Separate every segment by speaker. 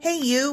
Speaker 1: Hey, you,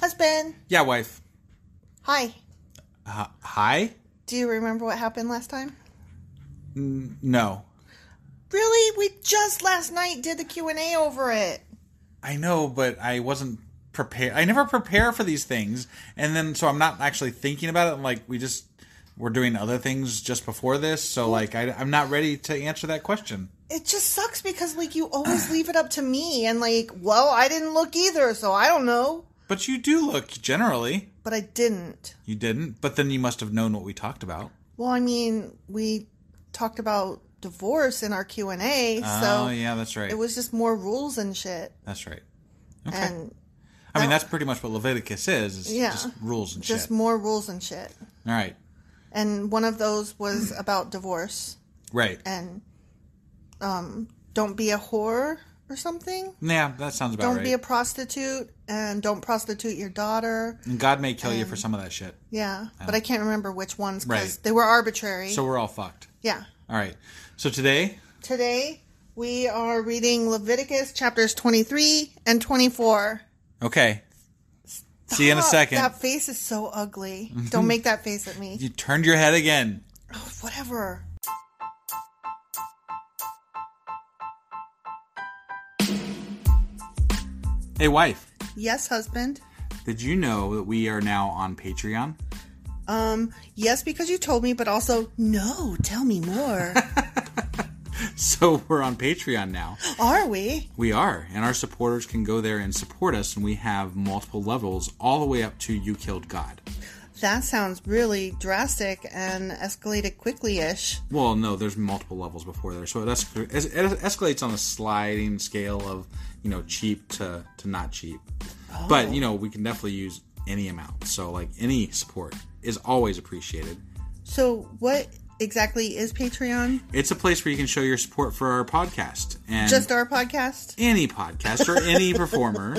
Speaker 1: Husband,
Speaker 2: Yeah, wife.
Speaker 1: hi.
Speaker 2: Uh, hi?
Speaker 1: Do you remember what happened last time?
Speaker 2: No.
Speaker 1: Really? We just last night did the Q&A over it.
Speaker 2: I know, but I wasn't prepared. I never prepare for these things. And then, so I'm not actually thinking about it. I'm like, we just were doing other things just before this. So, like, I, I'm not ready to answer that question.
Speaker 1: It just sucks because like you always leave it up to me and like, well, I didn't look either, so I don't know.
Speaker 2: But you do look generally.
Speaker 1: But I didn't.
Speaker 2: You didn't, but then you must have known what we talked about.
Speaker 1: Well, I mean, we talked about divorce in our Q and A, so
Speaker 2: oh, yeah, that's right.
Speaker 1: it was just more rules and shit.
Speaker 2: that's right. Okay.
Speaker 1: And
Speaker 2: I mean, that's pretty much what Leviticus is. It's
Speaker 1: Yeah.
Speaker 2: just rules and
Speaker 1: Just
Speaker 2: shit.
Speaker 1: more rules and shit.
Speaker 2: All right.
Speaker 1: And one of those was about divorce
Speaker 2: Right.
Speaker 1: and um, don't be a whore or something.
Speaker 2: Yeah, that sounds about
Speaker 1: Don't
Speaker 2: right.
Speaker 1: be a prostitute and don't prostitute your daughter.
Speaker 2: and God may kill you for some of that shit.
Speaker 1: Yeah, but I can't remember which ones because
Speaker 2: Oh. Right.
Speaker 1: they were arbitrary.
Speaker 2: So we're all fucked.
Speaker 1: yeah.
Speaker 2: All right. So today,
Speaker 1: Today we are reading Leviticus chapters 23 and 24.
Speaker 2: okay. See you in a
Speaker 1: Oh,
Speaker 2: second.
Speaker 1: That face is so ugly. Don't make that face at me.
Speaker 2: You turned your head again.
Speaker 1: Oh, whatever.
Speaker 2: Hey, wife.
Speaker 1: Yes, husband.
Speaker 2: Did you know that we are now on Patreon?
Speaker 1: Um, yes, because you told me, but also, no, tell me more.
Speaker 2: So we're on Patreon now.
Speaker 1: Are we?
Speaker 2: We are, and our supporters can go there and support us, and we have multiple levels all the way up to You Killed God.
Speaker 1: That sounds really drastic and escalated quickly ish.
Speaker 2: Well, no, there's multiple levels before there, so it, es- it escalates on a sliding scale of you know cheap to to not cheap. But you know we can definitely use any amount, so like any support is always appreciated.
Speaker 1: So, what exactly is Patreon?
Speaker 2: It's a place where you can show your support for our podcast and
Speaker 1: Just our podcast?
Speaker 2: any podcast or any performer.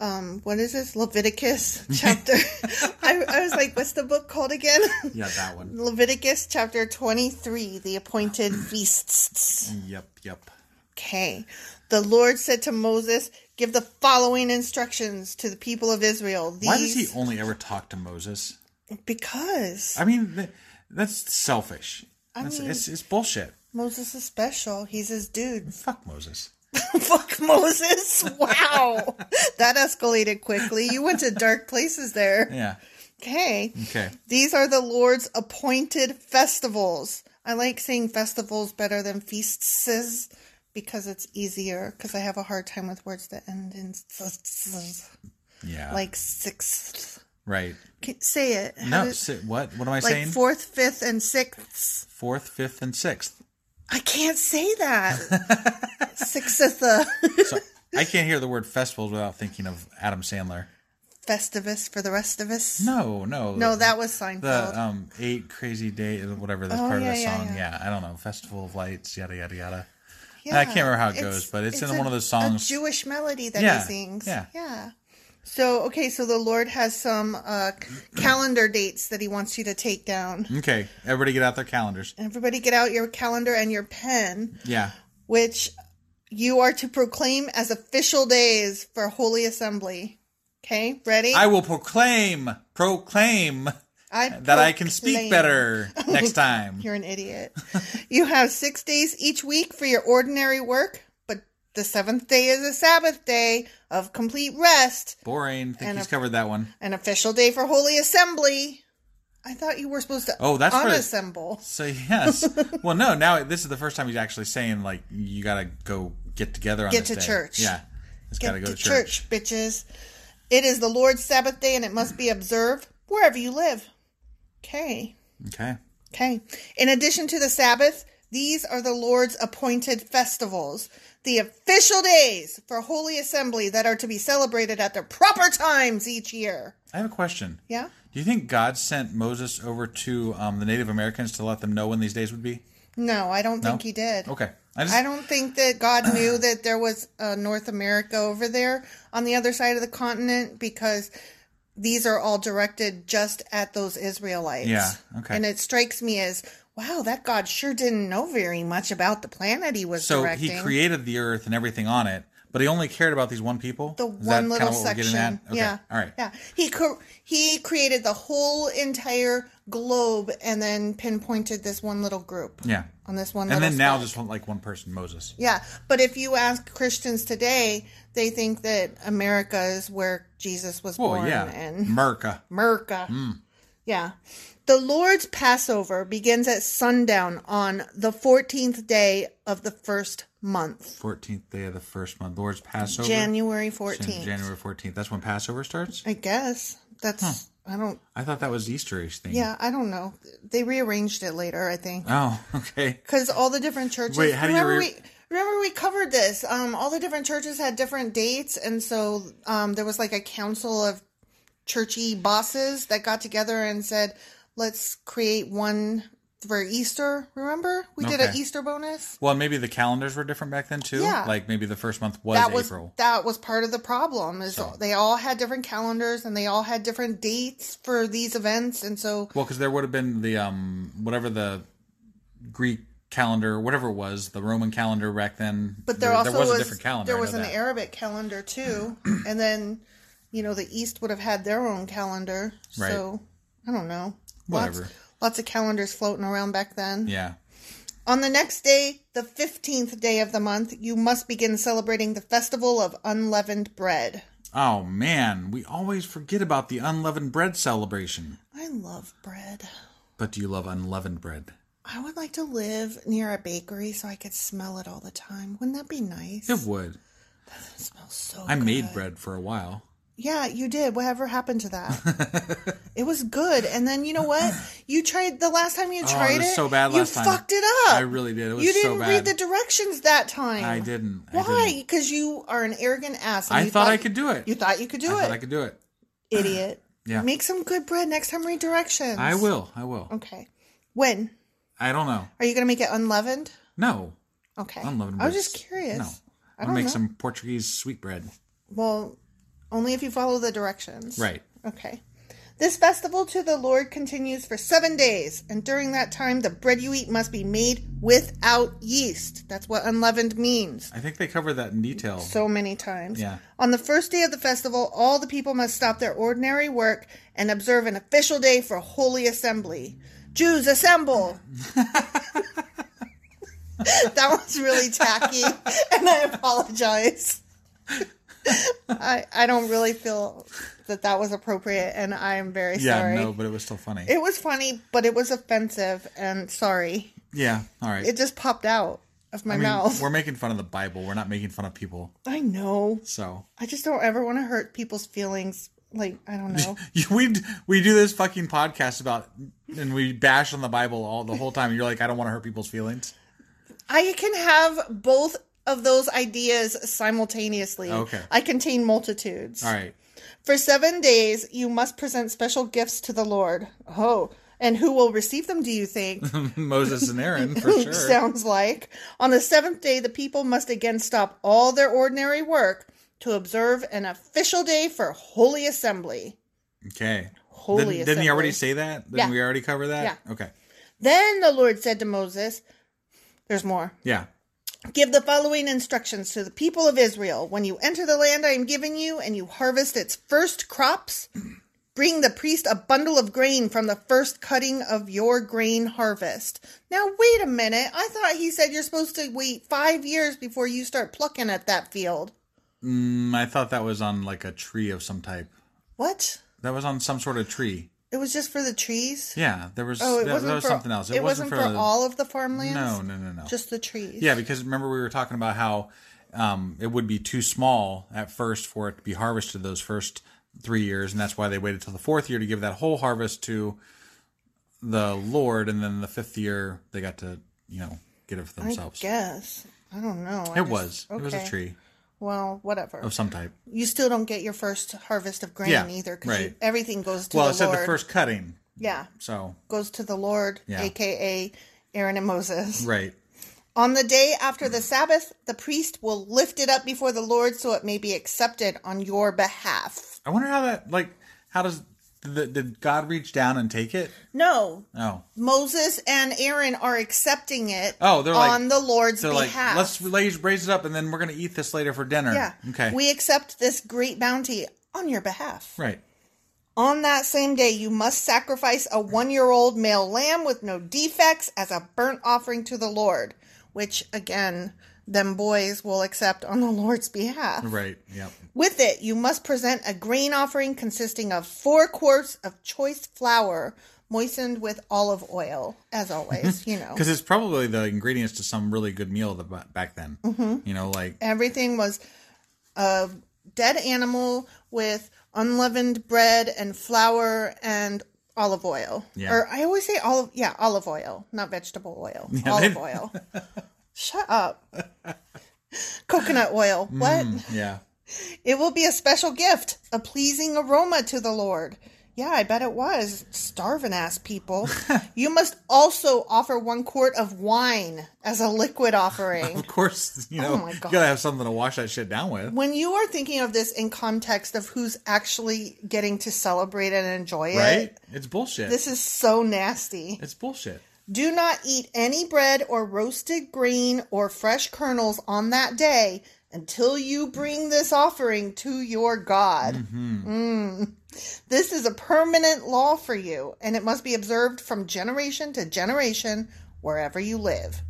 Speaker 1: Um, what is this? Leviticus chapter. I, I was like, what's the book called again?
Speaker 2: Yeah, that one.
Speaker 1: Leviticus chapter 23, the appointed feasts.
Speaker 2: Yep, yep.
Speaker 1: Okay. The Lord said to Moses, Give the following instructions to the people of Israel. These,
Speaker 2: Why does he only ever talk to Moses?
Speaker 1: Because
Speaker 2: I mean, th- that's selfish. That's, it's, it's bullshit.
Speaker 1: Moses is special. He's his dude.
Speaker 2: Fuck Moses.
Speaker 1: Fuck Moses. Wow. that escalated quickly. You went to dark places there.
Speaker 2: Yeah.
Speaker 1: Okay.
Speaker 2: Okay.
Speaker 1: These are the Lord's appointed festivals. I like saying festivals better than feasts because it's easier because I have a hard time with words that end in s-
Speaker 2: Yeah.
Speaker 1: like sixth.
Speaker 2: right.
Speaker 1: Can, say it. How
Speaker 2: No.
Speaker 1: did-
Speaker 2: si- what? What am I
Speaker 1: like
Speaker 2: saying?
Speaker 1: fourth, fifth, and sixth.
Speaker 2: Fourth, fifth, and sixth.
Speaker 1: I canth say that. Sixth uh,
Speaker 2: So I can't hear the word festivals without thinking of Adam Sandler.
Speaker 1: Festivus for the rest of us.
Speaker 2: No, no,
Speaker 1: No,
Speaker 2: the-
Speaker 1: that was Seinfeld.
Speaker 2: the um eight crazy days, whatever that's
Speaker 1: Oh,
Speaker 2: part
Speaker 1: yeah,
Speaker 2: of the
Speaker 1: yeah,
Speaker 2: song.
Speaker 1: yeah.
Speaker 2: Yeah. I don't know, Festival of Lights, yada yada yada.
Speaker 1: Yeah,
Speaker 2: I can't remember how it goes, but it's in one of those songs.
Speaker 1: A Jewish melody that
Speaker 2: Yeah,
Speaker 1: he sings.
Speaker 2: yeah.
Speaker 1: Yeah. So okay, so the Lord has some uh, calendar dates that He wants you to take down.
Speaker 2: Okay, everybody get out their calendars.
Speaker 1: Everybody, get out your calendar and your pen,
Speaker 2: Yeah,
Speaker 1: which you are to proclaim as official days for Holy Assembly. Okay, ready?
Speaker 2: I will proclaim, proclaim that
Speaker 1: I
Speaker 2: I can speak
Speaker 1: proclaim- Oh,
Speaker 2: better next time.
Speaker 1: You're an idiot. you have six days each week for your ordinary work, but the seventh day is a Sabbath day of complete rest.
Speaker 2: Boring. Think
Speaker 1: And
Speaker 2: he's
Speaker 1: a-
Speaker 2: covered that one.
Speaker 1: an official day for Holy Assembly. I thought you were supposed to
Speaker 2: Oh, that's for-
Speaker 1: unassemble.
Speaker 2: So yes. well, no. Now this is the first time he's actually saying like you gotta go get together. on
Speaker 1: Get
Speaker 2: this
Speaker 1: to
Speaker 2: day.
Speaker 1: church.
Speaker 2: Yeah, it's
Speaker 1: Get
Speaker 2: gotta go
Speaker 1: to church. bitches. It is the Lord's Sabbath day and it must be observed wherever you live. Okay.
Speaker 2: Okay.
Speaker 1: Okay. In addition to the Sabbath, these are the Lord's appointed festivals, the official days for Holy Assembly that are to be celebrated at their proper times each year.
Speaker 2: I have a question.
Speaker 1: Yeah?
Speaker 2: Do you think God sent Moses over to um, the Native Americans to let them know when these days would be?
Speaker 1: No, I don't think he did.
Speaker 2: Okay. I just,
Speaker 1: I don't think that God knew that there was uh, North America over there on the other side of the continent because these are all directed just at those Israelites.
Speaker 2: Yeah, okay.
Speaker 1: And it strikes me as wow, that God sure didn't know very much about the planet he was
Speaker 2: so
Speaker 1: directing.
Speaker 2: he created the earth and everything on it, but he only cared about these one people.
Speaker 1: the
Speaker 2: Is
Speaker 1: one
Speaker 2: that
Speaker 1: little
Speaker 2: kinda what we're getting
Speaker 1: section.
Speaker 2: at? Okay.
Speaker 1: Yeah.
Speaker 2: All right.
Speaker 1: Yeah. He co- he created the whole entire globe and then pinpointed this one little group.
Speaker 2: Yeah.
Speaker 1: On this one.
Speaker 2: And
Speaker 1: little
Speaker 2: then now
Speaker 1: spot.
Speaker 2: just want, like one person, Moses.
Speaker 1: Yeah, but if you ask Christians today, they think that America is where Jesus was
Speaker 2: Well,
Speaker 1: born
Speaker 2: Oh, yeah. Mm.
Speaker 1: and
Speaker 2: Merca.
Speaker 1: America. Yeah. The Lord's Passover begins at sundown on the 14th day of the first month,
Speaker 2: 14th day of the first month. Lord's Passover.
Speaker 1: January
Speaker 2: Since
Speaker 1: 14th.
Speaker 2: January 14th. That's when Passover starts?
Speaker 1: I guess. That's, I don't,
Speaker 2: I thought that was Easterish thing.
Speaker 1: yeah, I don't know. They rearranged it later, I think.
Speaker 2: Oh, okay.
Speaker 1: because all the different churches.
Speaker 2: Wait, how do you
Speaker 1: remember
Speaker 2: re-
Speaker 1: we remember we covered this? Um, all the different churches had different dates, and so um, there was like a council of churchy bosses that got together and said, "Let's create one for Easter." Remember, we did an
Speaker 2: Okay.
Speaker 1: Easter bonus.
Speaker 2: Well, maybe the calendars were different back then too.
Speaker 1: Yeah.
Speaker 2: Like maybe the first month was
Speaker 1: that was
Speaker 2: April.
Speaker 1: that was part of the problem. Is
Speaker 2: So-
Speaker 1: they all had different calendars and they all had different dates for these events, and so
Speaker 2: Well, because there would have been the um whatever the Greek calendar, whatever it was, the Roman calendar back then.
Speaker 1: But there, also
Speaker 2: there was,
Speaker 1: was,
Speaker 2: a different calendar. I
Speaker 1: There
Speaker 2: know
Speaker 1: was an
Speaker 2: that.
Speaker 1: Arabic calendar too, and then you know the East would have had their own calendar.
Speaker 2: Right.
Speaker 1: So I don't know.
Speaker 2: Whatever.
Speaker 1: Lots, lots of calendars floating around back then.
Speaker 2: Yeah.
Speaker 1: On the next day, the fifteenth day of the month, you must begin celebrating the festival of unleavened bread.
Speaker 2: Oh man, we always forget about the unleavened bread celebration.
Speaker 1: I love bread.
Speaker 2: But do you love unleavened bread?
Speaker 1: I would like to live near a bakery so I could smell it all the time. Wouldn't that be nice?
Speaker 2: It would.
Speaker 1: It smells so.
Speaker 2: I made
Speaker 1: good.
Speaker 2: bread for a while.
Speaker 1: Yeah, you did. Whatever happened to that? it was good. And then you know what? You tried the last time you tried
Speaker 2: Oh, was
Speaker 1: it.
Speaker 2: so bad last
Speaker 1: you
Speaker 2: time.
Speaker 1: fucked it up.
Speaker 2: I really did. It was
Speaker 1: you
Speaker 2: so
Speaker 1: didn't
Speaker 2: bad.
Speaker 1: read the directions that time.
Speaker 2: I didn't. I
Speaker 1: Why?
Speaker 2: didn't.
Speaker 1: Because you are an arrogant ass. and
Speaker 2: I
Speaker 1: you
Speaker 2: thought I could do it.
Speaker 1: You thought you could do
Speaker 2: I
Speaker 1: it,
Speaker 2: thought I could do it.
Speaker 1: idiot.
Speaker 2: Yeah.
Speaker 1: Make some good bread next time. Read directions.
Speaker 2: I will. I will.
Speaker 1: Okay. When
Speaker 2: I don't know.
Speaker 1: are you going to make it unleavened?
Speaker 2: No.
Speaker 1: Okay.
Speaker 2: Unleavened
Speaker 1: I was
Speaker 2: bread.
Speaker 1: just curious.
Speaker 2: No.
Speaker 1: I
Speaker 2: I'm
Speaker 1: don't
Speaker 2: gonna make
Speaker 1: know.
Speaker 2: some Portuguese sweet bread.
Speaker 1: Well, only if you follow the directions.
Speaker 2: Right.
Speaker 1: Okay. This festival to the Lord continues for seven days, and during that time, the bread you eat must be made without yeast. That's what unleavened means.
Speaker 2: I think they covered that in detail.
Speaker 1: So many times.
Speaker 2: Yeah.
Speaker 1: On the first day of the festival, all the people must stop their ordinary work and observe an official day for holy assembly. Jews assemble. that was really tacky, and I apologize. I I don't really feel that that was appropriate, and I am very
Speaker 2: yeah,
Speaker 1: sorry.
Speaker 2: no, but it was still funny.
Speaker 1: It was funny, but it was offensive, and sorry.
Speaker 2: yeah, all right.
Speaker 1: It just popped out of my
Speaker 2: I mean,
Speaker 1: mouth.
Speaker 2: we're making fun of the Bible. We're not making fun of people.
Speaker 1: I know.
Speaker 2: So
Speaker 1: I just don't ever want to hurt people's feelings. Like I don't know.
Speaker 2: we we do this fucking podcast about and we bash on the Bible all the whole time. And you're like, I don't want to hurt people's feelings.
Speaker 1: I can have both of those ideas simultaneously.
Speaker 2: Okay.
Speaker 1: I contain multitudes.
Speaker 2: All right.
Speaker 1: For seven days, you must present special gifts to the Lord. Oh, and who will receive them? Do you think?
Speaker 2: Moses and Aaron for sure.
Speaker 1: Sounds like on the seventh day, the people must again stop all their ordinary work to observe an official day for holy assembly.
Speaker 2: okay.
Speaker 1: Holy
Speaker 2: didn't, didn't he already say
Speaker 1: assembly.
Speaker 2: that? Didn't
Speaker 1: Yeah.
Speaker 2: we already cover that?
Speaker 1: Yeah.
Speaker 2: Okay.
Speaker 1: Then the Lord said to Moses, "There's more."
Speaker 2: Yeah.
Speaker 1: Give the following instructions to the people of Israel. When you enter the land I am giving you and you harvest its first crops, bring the priest a bundle of grain from the first cutting of your grain harvest. Now, wait a minute. I thought he said you're supposed to wait five years before you start plucking at that field.
Speaker 2: Mm, I thought that was on like a tree of some type.
Speaker 1: What?
Speaker 2: That was on some sort of tree.
Speaker 1: It was just for the trees?
Speaker 2: Yeah, there was.
Speaker 1: Oh, it
Speaker 2: that,
Speaker 1: wasn't
Speaker 2: that was
Speaker 1: for,
Speaker 2: something else. It,
Speaker 1: wasn't, for,
Speaker 2: the-
Speaker 1: all of the farmlands?
Speaker 2: No, no, no, no.
Speaker 1: Just the trees.
Speaker 2: Yeah, because remember we were talking about how um, it would be too small at first for it to be harvested those first three years, and that's why they waited till the fourth year to give that whole harvest to the Lord, and then the fifth year they got to you know get it for
Speaker 1: I
Speaker 2: themselves. It
Speaker 1: guess. I don't know. I just-
Speaker 2: was it was a
Speaker 1: okay.
Speaker 2: tree Oh,
Speaker 1: Well, whatever.
Speaker 2: of some type.
Speaker 1: you still don't get your first harvest of grain
Speaker 2: Yeah,
Speaker 1: either
Speaker 2: right.
Speaker 1: because everything goes to
Speaker 2: well,
Speaker 1: the
Speaker 2: it said
Speaker 1: Lord.
Speaker 2: the first cutting,
Speaker 1: yeah,
Speaker 2: so
Speaker 1: goes to the Lord,
Speaker 2: Yeah.
Speaker 1: aka Aaron and Moses.
Speaker 2: right.
Speaker 1: On the day after the Sabbath, the priest will lift it up before the Lord so it may be accepted on your behalf.
Speaker 2: I wonder how that like how does the, did God reach down and take it?
Speaker 1: No,
Speaker 2: Oh,
Speaker 1: Moses and Aaron are accepting it
Speaker 2: Oh, they're like-
Speaker 1: on the Lord's
Speaker 2: they're like
Speaker 1: behalf.
Speaker 2: let's raise raise it up, and then we're gonna eat this later for dinner.
Speaker 1: yeah.
Speaker 2: okay,
Speaker 1: We accept this great bounty on your behalf.
Speaker 2: right.
Speaker 1: On that same day, you must sacrifice a one year old male lamb with no defects as a burnt offering to the Lord, which, again, them boys will accept on the Lord's behalf.
Speaker 2: Right. Yep.
Speaker 1: With it, you must present a grain offering consisting of four quarts of choice flour moistened with olive oil, as always, you know.
Speaker 2: Because it's probably the ingredients to some really good meal the, back then.
Speaker 1: Mm-hmm.
Speaker 2: You know, like
Speaker 1: Everything was a dead animal with unleavened bread and flour and olive oil.
Speaker 2: Yeah.
Speaker 1: Or I always say olive, yeah, olive oil, not vegetable oil.
Speaker 2: Yeah,
Speaker 1: olive
Speaker 2: they-
Speaker 1: oil. Shut up. Coconut oil.
Speaker 2: Mm.
Speaker 1: What?
Speaker 2: yeah.
Speaker 1: It will be a special gift, a pleasing aroma to the Lord. Yeah, I bet it was. Starving ass people. you must also offer one quart of wine as a liquid offering.
Speaker 2: Of course, you know,
Speaker 1: Oh my
Speaker 2: you
Speaker 1: God.
Speaker 2: gotta have something to wash that shit down with.
Speaker 1: when you are thinking of this in context of who's actually getting to celebrate and enjoy
Speaker 2: Right?
Speaker 1: it,
Speaker 2: It's bullshit.
Speaker 1: this is so nasty.
Speaker 2: it's bullshit.
Speaker 1: Do not eat any bread or roasted grain or fresh kernels on that day until you bring this offering to your God. Mm. This is a permanent law for you, and it must be observed from generation to generation wherever you live.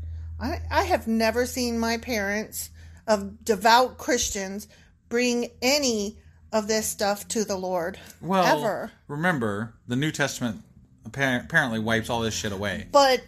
Speaker 1: I, I have never seen my parents of devout Christians bring any of this stuff to the Lord.
Speaker 2: Well,
Speaker 1: ever.
Speaker 2: remember, the New Testament appar- apparently wipes all this shit away.
Speaker 1: But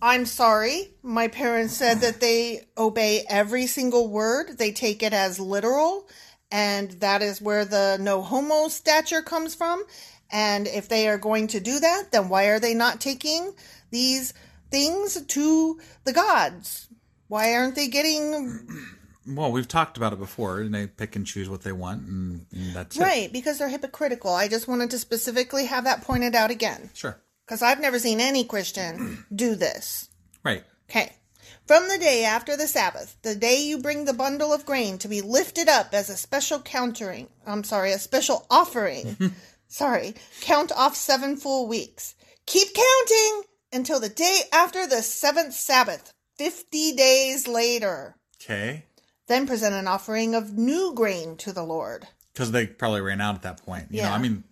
Speaker 1: I'm sorry. My parents said that they obey every single word, they take it as literal. And that is where the no homo stature comes from. And if they are going to do that, then why are they not taking these things to the gods? Why aren't they getting
Speaker 2: Well, we've talked about it before, and they pick and choose what they want, and, and that's it.
Speaker 1: right? Because they're hypocritical. I just wanted to specifically have that pointed out again
Speaker 2: Sure.
Speaker 1: because I've never seen any Christian do this.
Speaker 2: Right.
Speaker 1: Okay. From the day after the Sabbath, the day you bring the bundle of grain to be lifted up as a special countering, I'm sorry, a special offering. sorry, count off seven full weeks. Keep counting until the day after the seventh Sabbath, 50 days later.
Speaker 2: Okay.
Speaker 1: Then present an offering of new grain to the Lord.
Speaker 2: Because they probably ran out at that point. You know,
Speaker 1: Yeah.
Speaker 2: I mean,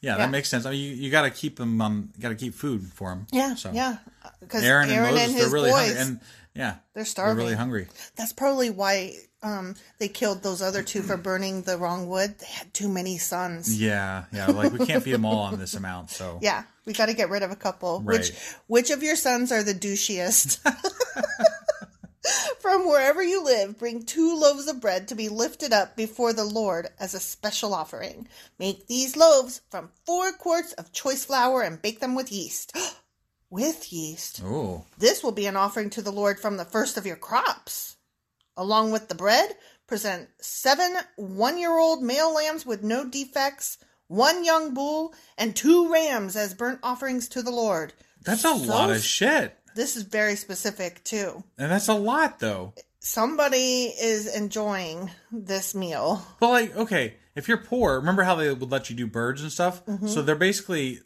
Speaker 2: yeah,
Speaker 1: Yeah.
Speaker 2: that makes sense. I mean, you, you gotta keep them, um, you gotta keep food for them.
Speaker 1: Yeah,
Speaker 2: So.
Speaker 1: yeah. Because
Speaker 2: Aaron,
Speaker 1: Aaron,
Speaker 2: and Moses,
Speaker 1: and
Speaker 2: they're
Speaker 1: his
Speaker 2: really
Speaker 1: boys,
Speaker 2: hungry. And, yeah.
Speaker 1: they're
Speaker 2: They're
Speaker 1: starving.
Speaker 2: really hungry.
Speaker 1: That's probably why um, they killed those other two for burning the wrong wood. They had too many sons.
Speaker 2: Yeah. Yeah. Like, we can't feed them all on this amount, so.
Speaker 1: Yeah, we got to get rid of a couple. Which
Speaker 2: Right.
Speaker 1: which of your sons are the douchiest? From wherever you live, bring two loaves of bread to be lifted up before the Lord as a special offering. Make these loaves from four quarts of choice flour and bake them with yeast. with yeast.
Speaker 2: Ooh.
Speaker 1: This will be an offering to the Lord from the first of your crops. Along with the bread, present seven one year old male lambs with no defects, one young bull, and two rams as burnt offerings to the Lord.
Speaker 2: That's a lot of
Speaker 1: s-
Speaker 2: shit.
Speaker 1: This is very specific, too.
Speaker 2: And that's a lot though.
Speaker 1: Somebody is enjoying this meal.
Speaker 2: But like, okay, if you're poor, remember how they would let you do birds and stuff?
Speaker 1: Mm-hmm.
Speaker 2: So they're basically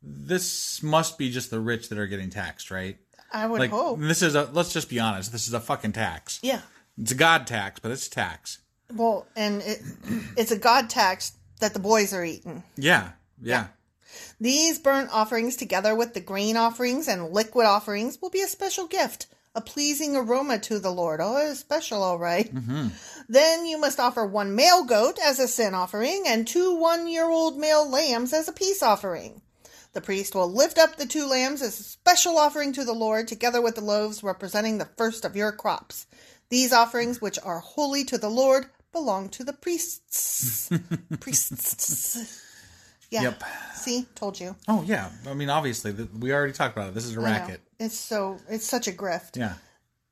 Speaker 2: this must be just the rich that are getting taxed, right?
Speaker 1: I would
Speaker 2: Like mm.
Speaker 1: hope.
Speaker 2: this is a let's just be honest, this is a fucking tax.
Speaker 1: Yeah.
Speaker 2: It's a god tax, but it's a tax.
Speaker 1: Well, and it, it's a God tax that the boys are eating.
Speaker 2: Yeah. Yeah.
Speaker 1: These burnt offerings, together with the grain offerings and liquid offerings, will be a special gift, a pleasing aroma to the Lord. Oh, it's special, all right. Then you must offer one male goat as a sin offering and two one year old male lambs as a peace offering. The priest will lift up the two lambs as a special offering to the Lord, together with the loaves representing the first of your crops. These offerings, which are holy to the Lord, belong to the priests. priests. Yeah.
Speaker 2: Yep.
Speaker 1: See, told you.
Speaker 2: Oh yeah. I mean obviously th- we already talked about it. This is a
Speaker 1: I know.
Speaker 2: racket.
Speaker 1: It's so it's such a grift.
Speaker 2: Yeah.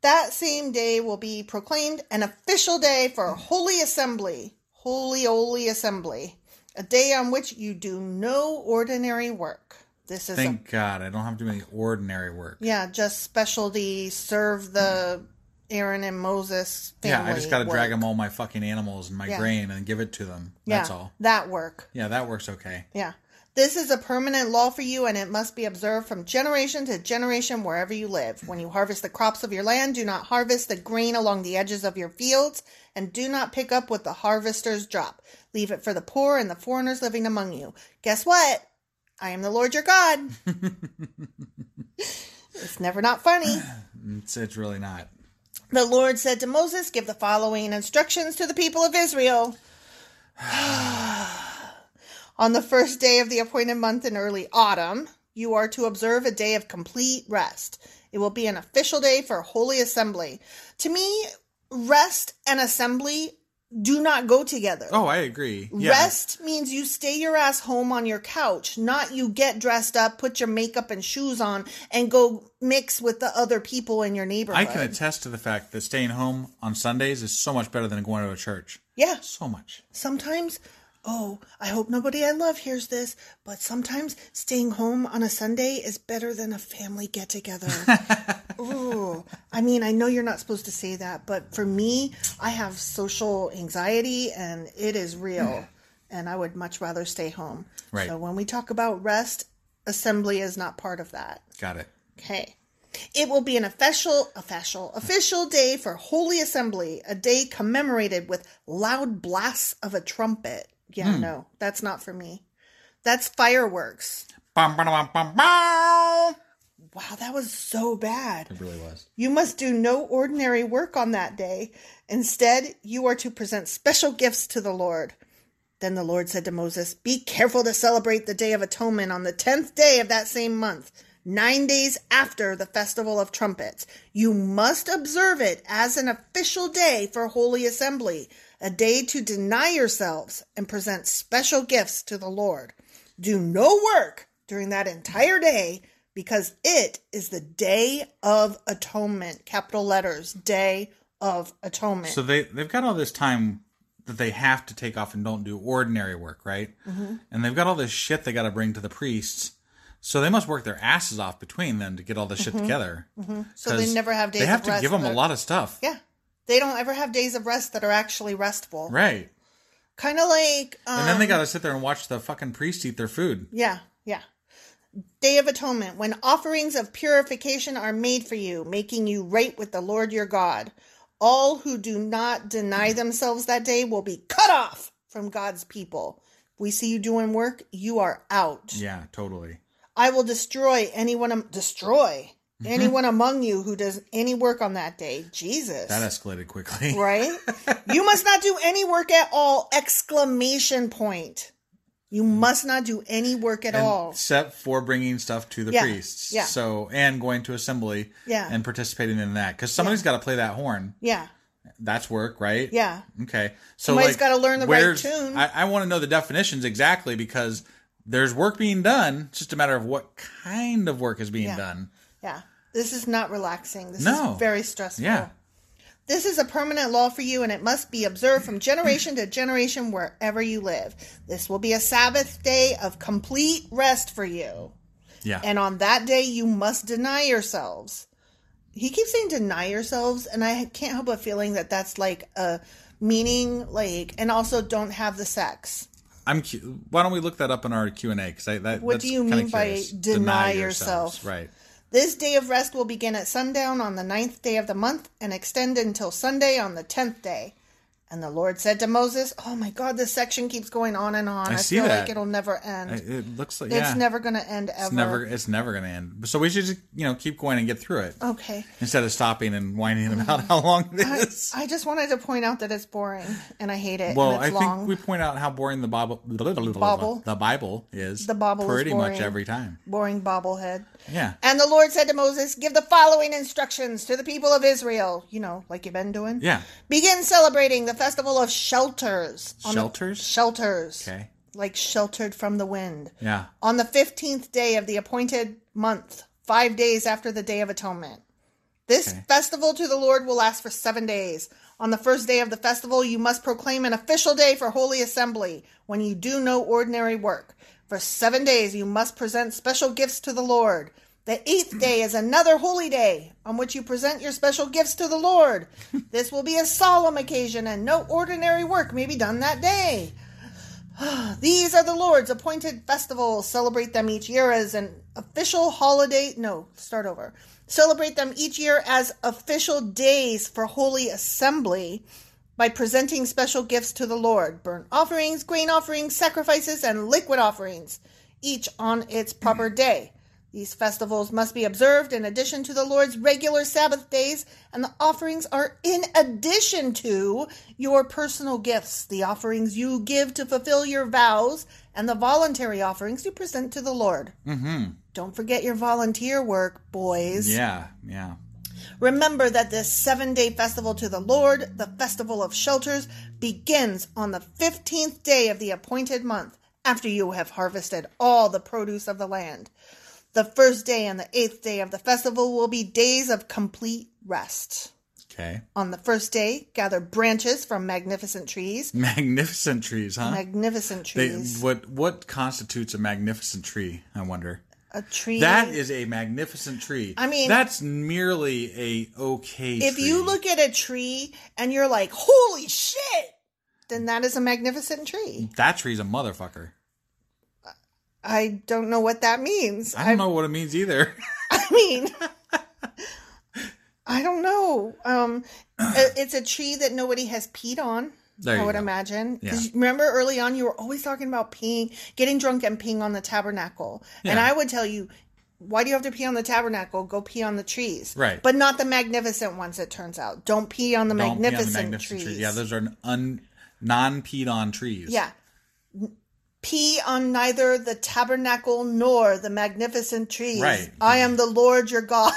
Speaker 1: That same day will be proclaimed an official day for Holy Assembly. Holy Holy Assembly. A day on which you do no ordinary work. This is a,
Speaker 2: Thank God I don't have to do any ordinary work.
Speaker 1: yeah, just specialty serve the Aaron and Moses
Speaker 2: Yeah,
Speaker 1: family.
Speaker 2: I just got to drag
Speaker 1: work.
Speaker 2: them all my fucking animals in my
Speaker 1: Yeah.
Speaker 2: grain and give it to them.
Speaker 1: Yeah,
Speaker 2: That's all.
Speaker 1: That work.
Speaker 2: Yeah, that works okay.
Speaker 1: Yeah. This is a permanent law for you, and it must be observed from generation to generation wherever you live. When you harvest the crops of your land, do not harvest the grain along the edges of your fields, and do not pick up what the harvesters drop. Leave it for the poor and the foreigners living among you. Guess what? I am the Lord your God. it's never not funny.
Speaker 2: It's, it's really not.
Speaker 1: The Lord said to Moses, Give the following instructions to the people of Israel. On the first day of the appointed month in early autumn, you are to observe a day of complete rest. It will be an official day for holy assembly. To me, rest and assembly do not go together.
Speaker 2: Oh, I agree. Yeah.
Speaker 1: Rest means you stay your ass home on your couch, not you get dressed up, put your makeup and shoes on, and go mix with the other people in your neighborhood.
Speaker 2: I can attest to the fact that staying home on Sundays is so much better than going to a church.
Speaker 1: yeah.
Speaker 2: So much.
Speaker 1: Sometimes, oh, I hope nobody I love hears this, but sometimes staying home on a Sunday is better than a family get together. Ooh. I mean, I know you're not supposed to say that, but for me, I have social anxiety and it is real. and I would much rather stay home.
Speaker 2: Right.
Speaker 1: So when we talk about rest, assembly is not part of that.
Speaker 2: Got it.
Speaker 1: Okay. It will be an official, official, official day for Holy Assembly, a day commemorated with loud blasts of a trumpet. Yeah,
Speaker 2: Hmm.
Speaker 1: no, that's not for me. That's fireworks.
Speaker 2: Bum, bum, bum, bum, bum.
Speaker 1: Wow, that was so bad.
Speaker 2: It really was.
Speaker 1: You must do no ordinary work on that day. Instead, you are to present special gifts to the Lord. Then the Lord said to Moses, Be careful to celebrate the Day of Atonement on the tenth day of that same month, nine days after the Festival of Trumpets. You must observe it as an official day for Holy Assembly, a day to deny yourselves and present special gifts to the Lord. Do no work during that entire day because it is the Day of Atonement. Capital letters, Day of Atonement.
Speaker 2: So they they've got all this time that they have to take off and don't do ordinary work, right?
Speaker 1: Mm-hmm.
Speaker 2: And they've got all this shit they got to bring to the priests. So they must work their asses off between them to get all this shit together.
Speaker 1: Mm-hmm. So they
Speaker 2: 'Cause
Speaker 1: never have days
Speaker 2: They have
Speaker 1: of
Speaker 2: to
Speaker 1: rest
Speaker 2: give them a
Speaker 1: that-
Speaker 2: lot of stuff.
Speaker 1: Yeah. They don't ever have days of rest that are actually restful.
Speaker 2: Right.
Speaker 1: Kind of like. Um,
Speaker 2: And then they got to sit there and watch the fucking priest eat their food.
Speaker 1: Yeah, yeah. Day of Atonement, when offerings of purification are made for you, making you right with the Lord your God. All who do not deny themselves that day will be cut off from God's people. We see you doing work, you are out.
Speaker 2: Yeah, totally.
Speaker 1: I will destroy anyone am- destroy
Speaker 2: Mm-hmm.
Speaker 1: anyone among you who does any work on that day. Jesus.
Speaker 2: That escalated quickly.
Speaker 1: right? you must not do any work at all! Exclamation point. You must not do any work at
Speaker 2: Hmm. And
Speaker 1: all.
Speaker 2: Except for bringing stuff to the
Speaker 1: Yeah,
Speaker 2: priests.
Speaker 1: yeah.
Speaker 2: So and going to assembly.
Speaker 1: Yeah.
Speaker 2: And participating in that because somebody's got to play that horn.
Speaker 1: Yeah,
Speaker 2: That's work, right?
Speaker 1: yeah.
Speaker 2: Okay. So
Speaker 1: Somebody's
Speaker 2: like,
Speaker 1: gotta learn the right
Speaker 2: where's-
Speaker 1: tune.
Speaker 2: I, I want to know the definitions exactly because there's work being done. It's just a matter of what kind of work is being
Speaker 1: Yeah.
Speaker 2: done.
Speaker 1: Yeah. This is not relaxing. This
Speaker 2: No.
Speaker 1: is very stressful.
Speaker 2: Yeah.
Speaker 1: This is a permanent law for you and it must be observed from generation to generation wherever you live. This will be a Sabbath day of complete rest for you.
Speaker 2: Yeah.
Speaker 1: And on that day you must deny yourselves. He keeps saying deny yourselves and I can't help but feeling that that's like a meaning like and also don't have the sex.
Speaker 2: I'm. Cu- why don't we look that up in our Q and A? Because I that,
Speaker 1: What
Speaker 2: that's
Speaker 1: do you
Speaker 2: kinda
Speaker 1: mean by
Speaker 2: curious.
Speaker 1: deny
Speaker 2: yourselves.
Speaker 1: yourself?
Speaker 2: Right.
Speaker 1: This day of rest will begin at sundown on the ninth day of the month and extend until Sunday on the tenth day. And the Lord said to Moses, Oh my God, this section keeps going on and on.
Speaker 2: I
Speaker 1: I,
Speaker 2: see
Speaker 1: feel
Speaker 2: that.
Speaker 1: like it'll never end.
Speaker 2: I- It looks like
Speaker 1: it's
Speaker 2: yeah.
Speaker 1: never going to end ever.
Speaker 2: It's never. It's never going to end. So we should just you know keep going and get through it
Speaker 1: Okay.
Speaker 2: instead of stopping and whining about how long it
Speaker 1: Uh, I,
Speaker 2: is.
Speaker 1: I just wanted to point out that it's boring and I hate it.
Speaker 2: well,
Speaker 1: and
Speaker 2: I
Speaker 1: it's
Speaker 2: think
Speaker 1: long.
Speaker 2: we point out how boring the Bible,
Speaker 1: Bible.
Speaker 2: the Bible is.
Speaker 1: The Bible is
Speaker 2: pretty much
Speaker 1: boring.
Speaker 2: every time.
Speaker 1: boring bobblehead.
Speaker 2: Yeah.
Speaker 1: And the Lord said to Moses, Give the following instructions to the people of Israel. You know, like you've been doing.
Speaker 2: Yeah.
Speaker 1: Begin celebrating the festival of shelters. on the-
Speaker 2: Shelters?
Speaker 1: shelters.
Speaker 2: Okay.
Speaker 1: Like sheltered from the wind.
Speaker 2: Yeah.
Speaker 1: On the 15th day of the appointed month, five days after the Day of Atonement. This festival to the Lord will last for seven days. On the first day of the festival, you must proclaim an official day for Holy Assembly when you do no ordinary work. For seven days, you must present special gifts to the Lord. The eighth day is another holy day on which you present your special gifts to the Lord. This will be a solemn occasion, and no ordinary work may be done that day. These are the Lord's appointed festivals. Celebrate them each year as an official holiday. No, start over. Celebrate them each year as official days for holy assembly by presenting special gifts to the Lord burnt offerings, grain offerings, sacrifices, and liquid offerings, each on its proper day. These festivals must be observed in addition to the Lord's regular Sabbath days, and the offerings are in addition to your personal gifts, the offerings you give to fulfill your vows, and the voluntary offerings you present to the Lord. Mm-hmm. Don't forget your volunteer work, boys.
Speaker 2: Yeah, yeah.
Speaker 1: Remember that this seven day festival to the Lord, the festival of shelters, begins on the 15th day of the appointed month after you have harvested all the produce of the land. The first day and the eighth day of the festival will be days of complete rest.
Speaker 2: Okay.
Speaker 1: On the first day, gather branches from magnificent trees.
Speaker 2: Magnificent trees, huh?
Speaker 1: Magnificent
Speaker 2: They,
Speaker 1: trees.
Speaker 2: what what constitutes a magnificent tree? I wonder.
Speaker 1: a tree.
Speaker 2: That is a magnificent tree.
Speaker 1: I mean-
Speaker 2: that's merely a okay.
Speaker 1: If you
Speaker 2: tree.
Speaker 1: look at a tree and you're like, holy shit, then that is a magnificent tree.
Speaker 2: that tree's a motherfucker.
Speaker 1: I don't know what that means.
Speaker 2: I don't know what it means either.
Speaker 1: I mean, I don't know. Um, it- it's a tree that nobody has peed on.
Speaker 2: There
Speaker 1: I
Speaker 2: you
Speaker 1: would
Speaker 2: go.
Speaker 1: imagine. 'Cause
Speaker 2: Yeah.
Speaker 1: Remember early on, you were always talking about peeing, getting drunk and peeing on the tabernacle. And
Speaker 2: Yeah.
Speaker 1: I would tell you, why do you have to pee on the tabernacle? Go pee on the trees.
Speaker 2: Right.
Speaker 1: But not the magnificent ones, it turns out. Don't pee on the,
Speaker 2: Don't pee on the
Speaker 1: magnificent, trees.
Speaker 2: Yeah, those are un, non peed on trees.
Speaker 1: Yeah. Pee on neither the tabernacle nor the magnificent trees.
Speaker 2: Right.
Speaker 1: I am the Lord your God.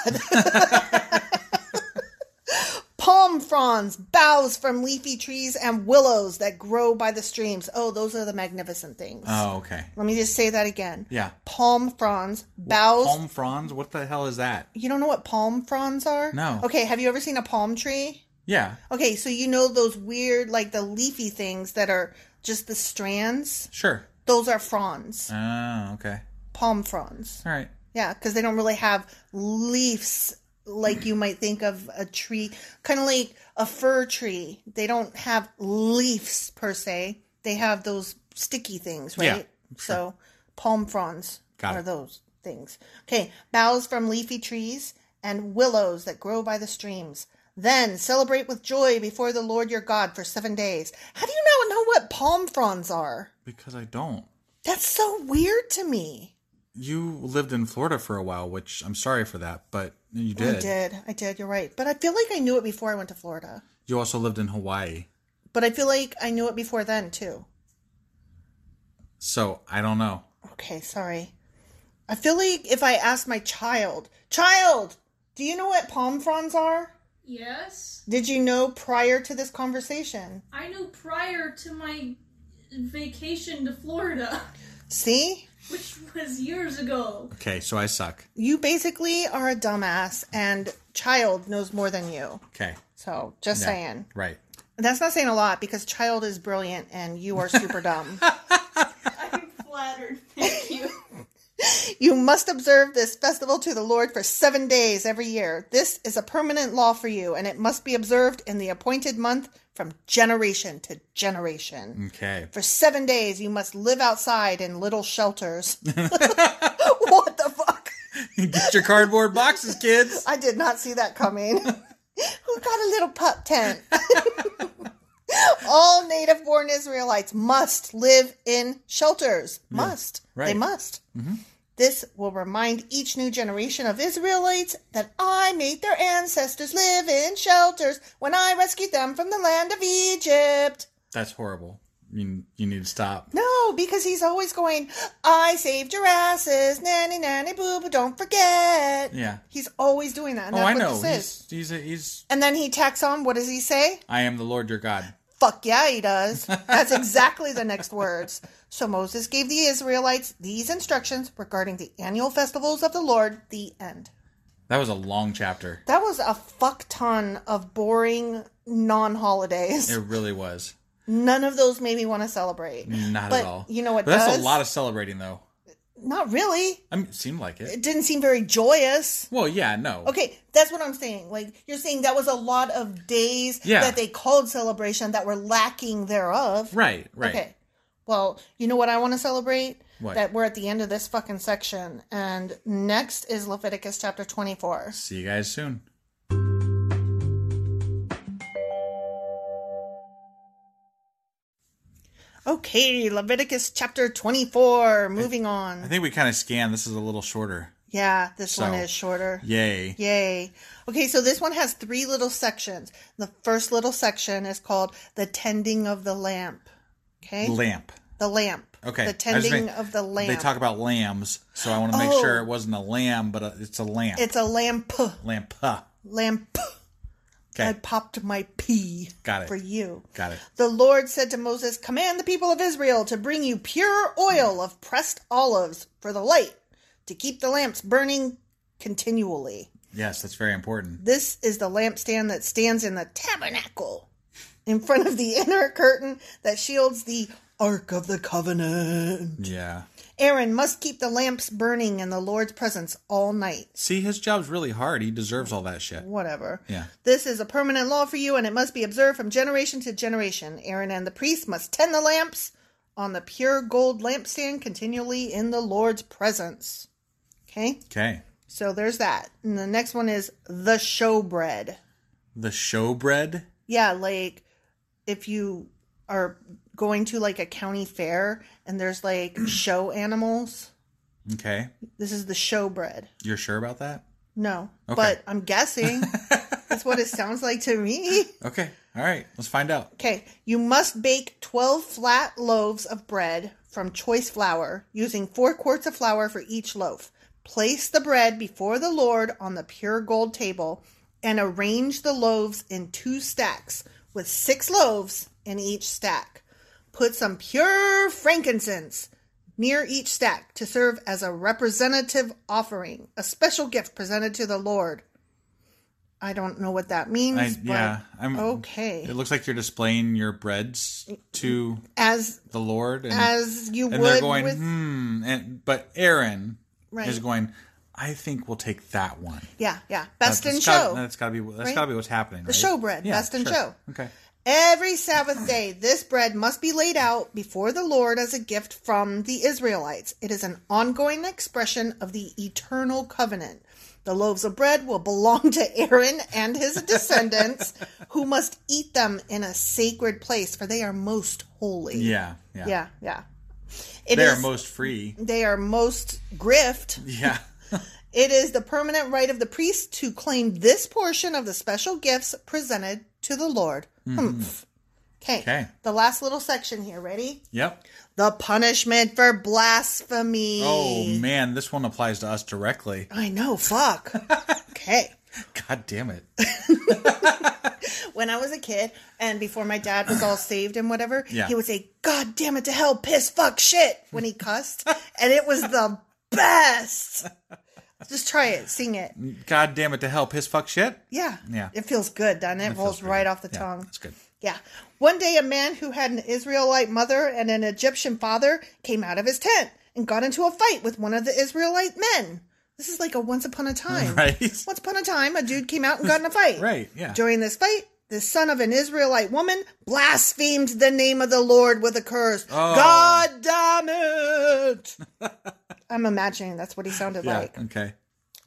Speaker 1: Palm fronds, boughs from leafy trees, and willows that grow by the streams. Oh, those are the magnificent things.
Speaker 2: Oh, okay.
Speaker 1: Let me just say that again.
Speaker 2: Yeah.
Speaker 1: Palm fronds, boughs.
Speaker 2: Palm fronds. What the hell is that?
Speaker 1: You don't know what palm fronds are?
Speaker 2: No.
Speaker 1: Okay, have you ever seen a palm tree?
Speaker 2: Yeah.
Speaker 1: Okay, so you know those weird, like the leafy things that are just the strands?
Speaker 2: Sure.
Speaker 1: Those are fronds.
Speaker 2: Oh, okay.
Speaker 1: palm fronds.
Speaker 2: All right.
Speaker 1: Yeah, because they don't really have leaves like you might think of a tree, kind of like a fir tree. They don't have leaves per se. They have those sticky things, right?
Speaker 2: Yeah,
Speaker 1: So palm fronds
Speaker 2: Got
Speaker 1: are
Speaker 2: it.
Speaker 1: those things. Okay, boughs from leafy trees and willows that grow by the streams. Then celebrate with joy before the Lord your God for seven days. How do you not know what palm fronds are?
Speaker 2: Because I don't.
Speaker 1: That's so weird to me.
Speaker 2: You lived in Florida for a while, which I'm sorry for that, but you did.
Speaker 1: I did. I did. You're right. But I feel like I knew it before I went to Florida.
Speaker 2: You also lived in Hawaii.
Speaker 1: But I feel like I knew it before then too.
Speaker 2: So I don't know.
Speaker 1: Okay, sorry. I feel like if I asked my child, child, do you know what palm fronds are?
Speaker 3: Yes.
Speaker 1: Did you know prior to this conversation?
Speaker 3: I knew prior to my vacation to Florida,
Speaker 1: See?
Speaker 3: which was years ago.
Speaker 2: Okay, so I suck.
Speaker 1: You basically are a dumbass and child knows more than you.
Speaker 2: Okay.
Speaker 1: So just
Speaker 2: Yeah.
Speaker 1: saying.
Speaker 2: Right.
Speaker 1: That's not saying a lot because child is brilliant and you are super dumb.
Speaker 3: I'm flattered. Thank you.
Speaker 1: You must observe this festival to the Lord for seven days every year. This is a permanent law for you, and it must be observed in the appointed month from generation to generation.
Speaker 2: Okay.
Speaker 1: For seven days, you must live outside in little shelters. what the fuck?
Speaker 2: Get your cardboard boxes, kids.
Speaker 1: I did not see that coming. Who got a little pup tent? All native born Israelites must live in shelters. Must. They
Speaker 2: right. Mm-hmm.
Speaker 1: must. This will remind each new generation of Israelites that I made their ancestors live in shelters when I rescued them from the land of Egypt.
Speaker 2: That's horrible. You, you need to stop.
Speaker 1: No, because he's always going, I saved your asses, nanny, nanny, boo boo, don't forget.
Speaker 2: Yeah.
Speaker 1: He's always doing that. And
Speaker 2: Oh,
Speaker 1: that's
Speaker 2: I know.
Speaker 1: What this is.
Speaker 2: He's he's, a, he's
Speaker 1: And then he tacks on, what does he say?
Speaker 2: I am the Lord your God.
Speaker 1: Fuck yeah, he does. That's exactly the next words. So Moses gave the Israelites these instructions regarding the annual festivals of the Lord, the end.
Speaker 2: That was a long chapter.
Speaker 1: That was a fuck ton of boring non holidays.
Speaker 2: It really was.
Speaker 1: None of those made me want to celebrate.
Speaker 2: Not
Speaker 1: But
Speaker 2: at all.
Speaker 1: you know what
Speaker 2: But that's
Speaker 1: does?
Speaker 2: a lot of celebrating, though.
Speaker 1: Not really.
Speaker 2: I mean, it seemed like it.
Speaker 1: It didn't seem very joyous.
Speaker 2: Well, yeah, no.
Speaker 1: Okay, that's what I'm saying. Like, you're saying that was a lot of days
Speaker 2: Yeah.
Speaker 1: that they called celebration that were lacking thereof.
Speaker 2: Right, right.
Speaker 1: Okay. Well, you know what I want to celebrate?
Speaker 2: What?
Speaker 1: That we're at the end of this fucking section. And next is Leviticus chapter 24.
Speaker 2: See you guys soon.
Speaker 1: Okay, Leviticus chapter 24. Moving on.
Speaker 2: I think we kind of scanned. This is a little shorter.
Speaker 1: Yeah, this
Speaker 2: So-
Speaker 1: one is shorter.
Speaker 2: Yay.
Speaker 1: Yay. Okay, so this one has three little sections. The first little section is called the tending of the lamp. Okay?
Speaker 2: Lamp.
Speaker 1: the lamp.
Speaker 2: Okay. I
Speaker 1: The
Speaker 2: was just
Speaker 1: tending
Speaker 2: saying,
Speaker 1: of the lamp.
Speaker 2: They talk about lambs, so I want to make
Speaker 1: Oh.
Speaker 2: sure it wasn't a lamb, but a, it's a lamp.
Speaker 1: It's a lamp.
Speaker 2: lamp. Huh.
Speaker 1: Lamp.
Speaker 2: Okay.
Speaker 1: I popped my pee.
Speaker 2: Got it.
Speaker 1: For you.
Speaker 2: Got it.
Speaker 1: The Lord said to Moses, Command the people of Israel to bring you pure oil of pressed olives for the light, to keep the lamps burning continually.
Speaker 2: Yes, that's very important.
Speaker 1: This is the lampstand that stands in the tabernacle in front of the inner curtain that shields the Ark of the Covenant.
Speaker 2: Yeah.
Speaker 1: Aaron must keep the lamps burning in the Lord's presence all night.
Speaker 2: See, his job's really hard. He deserves all that shit.
Speaker 1: whatever.
Speaker 2: Yeah.
Speaker 1: This is a permanent law for you, and it must be observed from generation to generation. Aaron and the priest must tend the lamps on the pure gold lampstand continually in the Lord's presence. Okay,
Speaker 2: Okay.
Speaker 1: so there's that. And the next one is the showbread.
Speaker 2: The showbread.
Speaker 1: Yeah, like if you are going to like a county fair and there's like show animals,
Speaker 2: Okay.
Speaker 1: this is the showbread.
Speaker 2: You're sure about that?
Speaker 1: No,
Speaker 2: Okay.
Speaker 1: but I'm guessing that's what it sounds like to me.
Speaker 2: Okay. All right. Let's find out.
Speaker 1: Okay, you must bake 12 flat loaves of bread from choice flour, using 4 quarts of flour for each loaf. Place the bread before the Lord on the pure gold table and arrange the loaves in two stacks with 6 loaves in each stack. Put some pure frankincense near each stack to serve as a representative offering, a special gift presented to the Lord. I don't know what that means,
Speaker 2: I,
Speaker 1: but
Speaker 2: yeah. I'm
Speaker 1: okay.
Speaker 2: It looks like you're displaying your breads to
Speaker 1: as
Speaker 2: the Lord, and,
Speaker 1: as you
Speaker 2: Mm. and
Speaker 1: would
Speaker 2: they're going,
Speaker 1: with
Speaker 2: hmm. And but Aaron
Speaker 1: Right.
Speaker 2: is going. I think we'll take that one.
Speaker 1: yeah yeah best in
Speaker 2: That's gotta-
Speaker 1: show
Speaker 2: That's got to be. That's
Speaker 1: right?
Speaker 2: got to be what's happening. The
Speaker 1: showbread, best in show.
Speaker 2: Okay.
Speaker 1: every sabbath day this bread must be laid out before the lord as a gift from the israelites it is an ongoing expression of the eternal covenant the loaves of bread will belong to aaron and his descendants who must eat them in a sacred place for they are most holy
Speaker 2: Yeah. Yeah.
Speaker 1: yeah yeah It
Speaker 2: They're
Speaker 1: is-
Speaker 2: most free.
Speaker 1: they are most grift
Speaker 2: Yeah.
Speaker 1: It is the permanent right of the priest to claim this portion of the special gifts presented to the Lord. Humph. Okay.
Speaker 2: Mm-hmm. Okay.
Speaker 1: The last little section here. Ready?
Speaker 2: yep.
Speaker 1: The punishment for blasphemy.
Speaker 2: Oh man, this one applies to us directly.
Speaker 1: I know. Fuck. okay.
Speaker 2: God damn it.
Speaker 1: When I was a kid and before my dad was all saved and whatever,
Speaker 2: Yeah.
Speaker 1: he would say, God damn it to hell, piss, fuck, shit when he cussed. and it was the best. Just try it. Sing it.
Speaker 2: God damn it to hell, piss fuck shit.
Speaker 1: Yeah.
Speaker 2: Mm. Yeah.
Speaker 1: It feels good, doesn't it?
Speaker 2: feels
Speaker 1: Rolls
Speaker 2: pretty
Speaker 1: right
Speaker 2: good.
Speaker 1: off the
Speaker 2: Yeah,
Speaker 1: tongue.
Speaker 2: That's good.
Speaker 1: Yeah. One day, a man who had an Israelite mother and an Egyptian father came out of his tent and got into a fight with one of the Israelite men. This is like a once upon a time.
Speaker 2: Right.
Speaker 1: Once upon a time, a dude came out and got in a fight.
Speaker 2: Right, yeah.
Speaker 1: During this fight, the son of an Israelite woman blasphemed the name of the Lord with a curse.
Speaker 2: Oh.
Speaker 1: God damn it! I'm imagining that's what he sounded
Speaker 2: Yeah.
Speaker 1: like.
Speaker 2: Okay.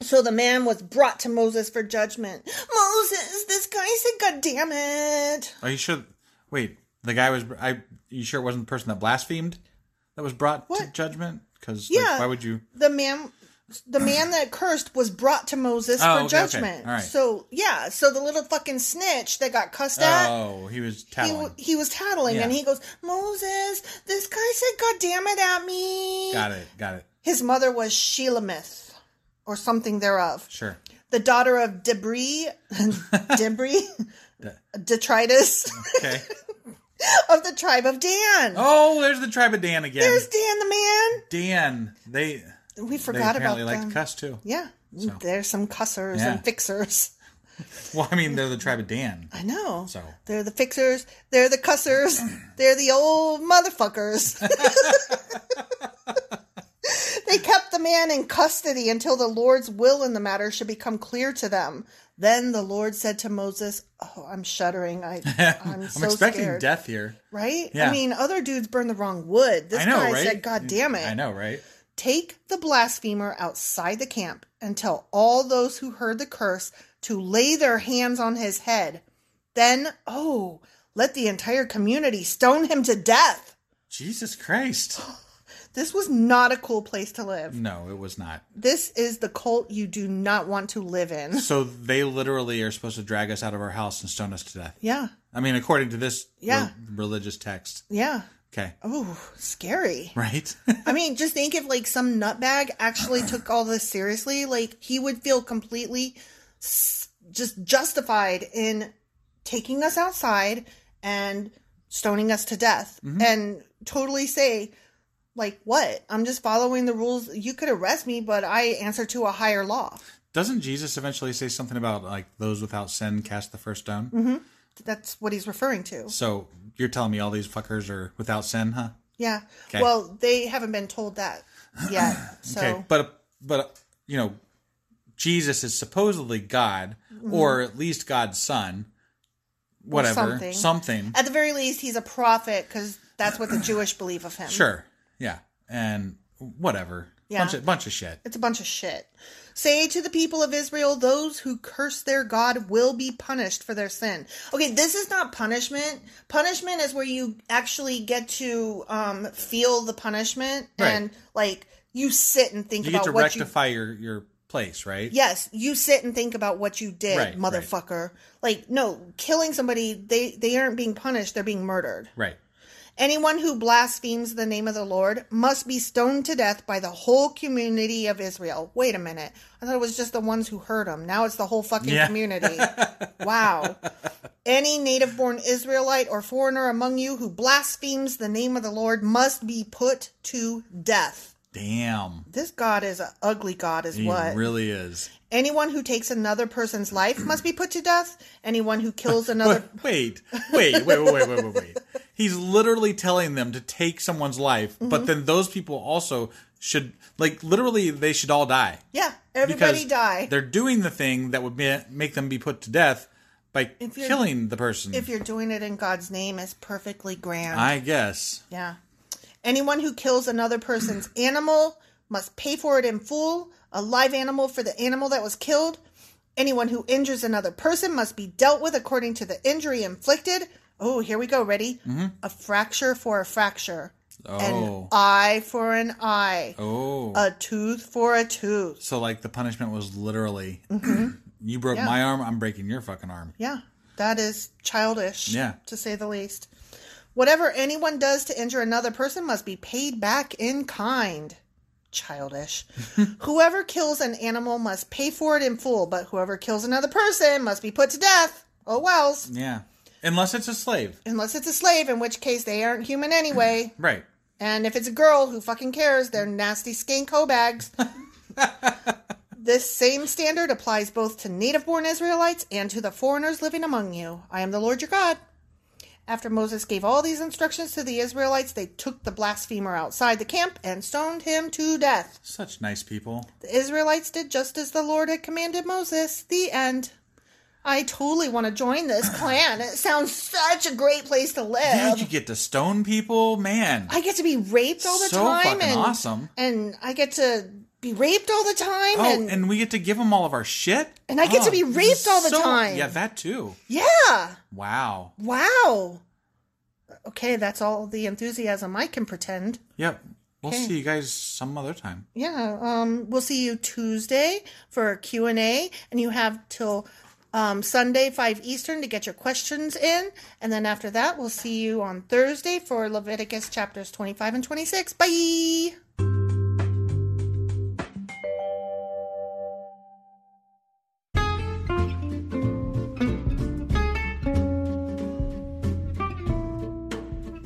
Speaker 1: So the man was brought to Moses for judgment. Moses, this guy said, God damn it.
Speaker 2: Are you sure? Wait, the guy was. I. You sure it wasn't the person that blasphemed that was brought to
Speaker 1: What?
Speaker 2: judgment? Because
Speaker 1: Yeah.
Speaker 2: why would you?
Speaker 1: the man the man that cursed was brought to Moses
Speaker 2: Oh,
Speaker 1: for
Speaker 2: okay, okay.
Speaker 1: judgment.
Speaker 2: All right.
Speaker 1: So yeah, so the little fucking snitch that got cussed at
Speaker 2: oh, he was
Speaker 1: he,
Speaker 2: tattling.
Speaker 1: w- he was tattling and
Speaker 2: Yeah.
Speaker 1: he goes, Moses, this guy said God damn it at me.
Speaker 2: got it. Got it.
Speaker 1: His mother was Shelamith or something thereof.
Speaker 2: Sure.
Speaker 1: The daughter of debris debris detritus
Speaker 2: Okay.
Speaker 1: of the tribe of Dan.
Speaker 2: oh, there's the tribe of Dan again.
Speaker 1: There's Dan the man.
Speaker 2: Dan. They.
Speaker 1: We
Speaker 2: They
Speaker 1: forgot about
Speaker 2: apparently
Speaker 1: them.
Speaker 2: like to cuss too.
Speaker 1: Yeah. There's some cussers
Speaker 2: Yeah.
Speaker 1: and fixers.
Speaker 2: Well, I mean, they're the tribe of Dan.
Speaker 1: I know.
Speaker 2: So.
Speaker 1: they're the fixers, they're the cussers, they're the old motherfuckers. they kept the man in custody until the Lord's will in the matter should become clear to them. Then the Lord said to Moses, "Oh, I'm shuddering. I, I'm,
Speaker 2: I'm
Speaker 1: so
Speaker 2: expecting
Speaker 1: scared.
Speaker 2: death here.
Speaker 1: Right?
Speaker 2: Yeah.
Speaker 1: I mean, other dudes burned the wrong wood. This
Speaker 2: I know,
Speaker 1: guy
Speaker 2: right?
Speaker 1: said, "God damn it!
Speaker 2: I know, right?
Speaker 1: Take the blasphemer outside the camp and tell all those who heard the curse to lay their hands on his head. Then, oh, let the entire community stone him to death.
Speaker 2: Jesus Christ.
Speaker 1: This was not a cool place to live.
Speaker 2: No, it was not.
Speaker 1: This is the cult you do not want to live in.
Speaker 2: So they literally are supposed to drag us out of our house and stone us to death.
Speaker 1: Yeah.
Speaker 2: I mean, according to this re-
Speaker 1: Yeah.
Speaker 2: religious text.
Speaker 1: Yeah.
Speaker 2: Okay.
Speaker 1: Oh, scary.
Speaker 2: Right?
Speaker 1: I mean, just think if like some nutbag actually took all this seriously, like he would feel completely s- just justified in taking us outside and stoning us to death
Speaker 2: Mm-hmm.
Speaker 1: and totally say like what? I'm just following the rules. You could arrest me, but I answer to a higher law.
Speaker 2: Doesn't Jesus eventually say something about like those without sin cast the first stone?
Speaker 1: Mm-hmm. That's what he's referring to.
Speaker 2: So you're telling me all these fuckers are without sin, huh?
Speaker 1: Yeah.
Speaker 2: Okay.
Speaker 1: Well, they haven't been told that yet. So
Speaker 2: Okay, but but you know, Jesus is supposedly God, or at least God's son. Whatever,
Speaker 1: Mm-hmm. something.
Speaker 2: something.
Speaker 1: at the very least, he's a prophet because that's what the Jewish believe of him.
Speaker 2: Sure, yeah, and whatever.
Speaker 1: Yeah.
Speaker 2: bunch of bunch of shit.
Speaker 1: It's a bunch of shit. Say to the people of Israel, those who curse their God will be punished for their sin. Okay, this is not punishment. Punishment is where you actually get to um, feel the punishment
Speaker 2: Right.
Speaker 1: and like you sit and think
Speaker 2: You
Speaker 1: about
Speaker 2: get to
Speaker 1: what
Speaker 2: rectify your your place, right?
Speaker 1: you. Yes, you sit and think about what you did,
Speaker 2: Right, right.
Speaker 1: motherfucker. Like, no, killing somebody, they they aren't being punished; they're being murdered.
Speaker 2: Right.
Speaker 1: Anyone who blasphemes the name of the Lord must be stoned to death by the whole community of Israel. Wait a minute. I thought it was just the ones who heard him. Now it's the whole fucking
Speaker 2: Yeah.
Speaker 1: community. wow. Any native born Israelite or foreigner among you who blasphemes the name of the Lord must be put to death.
Speaker 2: Damn.
Speaker 1: This God is an ugly God, is
Speaker 2: He
Speaker 1: what?
Speaker 2: really is.
Speaker 1: Anyone who takes another person's life must be put to death. Anyone who kills another.
Speaker 2: But wait, wait, wait, wait, wait, wait, wait, wait. He's literally telling them to take someone's life,
Speaker 1: Mm-hmm.
Speaker 2: but then those people also should, like, literally, they should all die.
Speaker 1: yeah, everybody die.
Speaker 2: They're doing the thing that would be, make them be put to death by
Speaker 1: you're-
Speaker 2: killing the person.
Speaker 1: If you're doing it in God's name, it's perfectly grand.
Speaker 2: I guess.
Speaker 1: Yeah. Anyone who kills another person's animal must pay for it in full, a live animal for the animal that was killed. Anyone who injures another person must be dealt with according to the injury inflicted. Oh, here we go. Ready? A fracture for a fracture, an
Speaker 2: Mm-hmm. Oh.
Speaker 1: eye for an eye,
Speaker 2: Oh.
Speaker 1: a tooth for a tooth.
Speaker 2: so, like, the punishment was literally
Speaker 1: Mm-hmm.
Speaker 2: you broke my arm, I'm breaking your fucking arm.
Speaker 1: Yeah, that is childish.
Speaker 2: Yeah.
Speaker 1: To say the least. Whatever anyone does to injure another person must be paid back in kind. Childish. whoever kills an animal must pay for it in full, but whoever kills another person must be put to death. Oh, wells.
Speaker 2: Yeah. Unless it's a slave.
Speaker 1: Unless it's a slave, in which case they aren't human anyway.
Speaker 2: Right.
Speaker 1: And if it's a girl, who fucking cares? They're nasty skank hoe bags. this same standard applies both to native born Israelites and to the foreigners living among you. I am the Lord your God. After Moses gave all these instructions to the Israelites, they took the blasphemer outside the camp and stoned him to death.
Speaker 2: Such nice people.
Speaker 1: The Israelites did just as the Lord had commanded Moses. The end. I totally want to join this clan. It sounds such a great place to live.
Speaker 2: Yeah, you get to stone people? Man.
Speaker 1: um, I get to be raped all the
Speaker 2: So
Speaker 1: time.
Speaker 2: fucking
Speaker 1: and,
Speaker 2: awesome.
Speaker 1: And I get to be raped all the time.
Speaker 2: Oh,
Speaker 1: and,
Speaker 2: and, we get to give them all of our shit.
Speaker 1: And I get to
Speaker 2: Oh,
Speaker 1: be
Speaker 2: this
Speaker 1: raped
Speaker 2: is
Speaker 1: all the
Speaker 2: so-
Speaker 1: time.
Speaker 2: Yeah, that too.
Speaker 1: yeah.
Speaker 2: Wow.
Speaker 1: Wow. Okay, that's all the enthusiasm I can pretend.
Speaker 2: Yep. We'll see you guys some other time.
Speaker 1: Yeah. Um, we'll see you Tuesday for a Q&A. And you have till um, Sunday, 5 Eastern, to get your questions in. And then after that, we'll see you on Thursday for Leviticus chapters 25 and 26. Bye.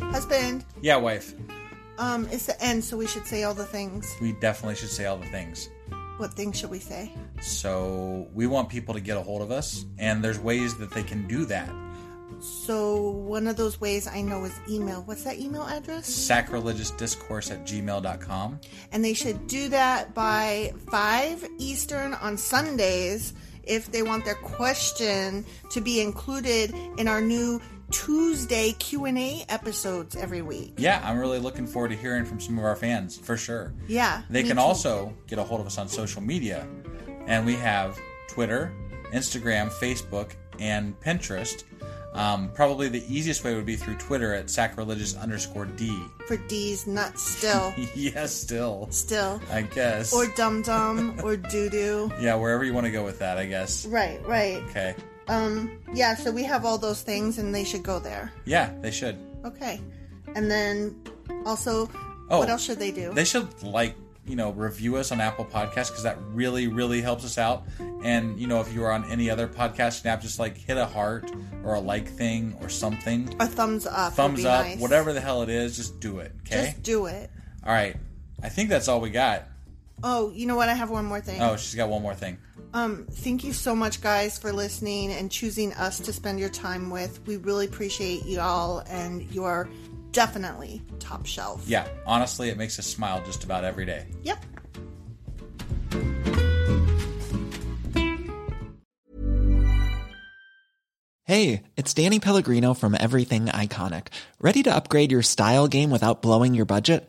Speaker 1: Husband,
Speaker 2: Yeah, wife.
Speaker 1: um, it's the end, so we should say all the things.
Speaker 2: We definitely should say all the things.
Speaker 1: What things should we say?
Speaker 2: So we want people to get a hold of us, and there's ways that they can do that.
Speaker 1: So one of those ways I know is email. What's that email address?
Speaker 2: Sacrilegiousdiscourse at gmail.com.
Speaker 1: And they should do that by 5 Eastern on Sundays if they want their question to be included in our new Tuesday Q&A episodes every week.
Speaker 2: Yeah, I'm really looking forward to hearing from some of our fans, for sure.
Speaker 1: Yeah.
Speaker 2: They
Speaker 1: me
Speaker 2: can
Speaker 1: too.
Speaker 2: also get a hold of us on social media, and we have Twitter, Instagram, Facebook, and Pinterest. Um, probably the easiest way would be through Twitter at sacrilegious underscore D.
Speaker 1: for D's nuts still.
Speaker 2: yes, still.
Speaker 1: still.
Speaker 2: I guess.
Speaker 1: Or dum dum or doo doo.
Speaker 2: yeah, wherever you want to go with that, I guess.
Speaker 1: Right, right.
Speaker 2: Okay.
Speaker 1: Um, yeah, so we have all those things and they should go there.
Speaker 2: Yeah, they should.
Speaker 1: Okay. And then also,
Speaker 2: Oh,
Speaker 1: what else should they do?
Speaker 2: They should like you know review us on Apple Podcasts because that really really helps us out. And you know if you are on any other podcasting app, just like hit a heart or a like thing or something,
Speaker 1: a thumbs up. would
Speaker 2: thumbs
Speaker 1: be
Speaker 2: up,
Speaker 1: nice.
Speaker 2: whatever eh? the hell it is, just do it. Okay.
Speaker 1: Just do it.
Speaker 2: all right. I think that's all we got.
Speaker 1: Oh, you know what? I have one more thing.
Speaker 2: Oh, she's got one more thing.
Speaker 1: Um, thank you so much, guys, for listening and choosing us to spend your time with. We really appreciate you all, and you are definitely top shelf.
Speaker 2: Yeah, honestly, it makes us smile just about every day.
Speaker 1: Yep.
Speaker 4: Hey, it's Danny Pellegrino from Everything Iconic. Ready to upgrade your style game without blowing your budget?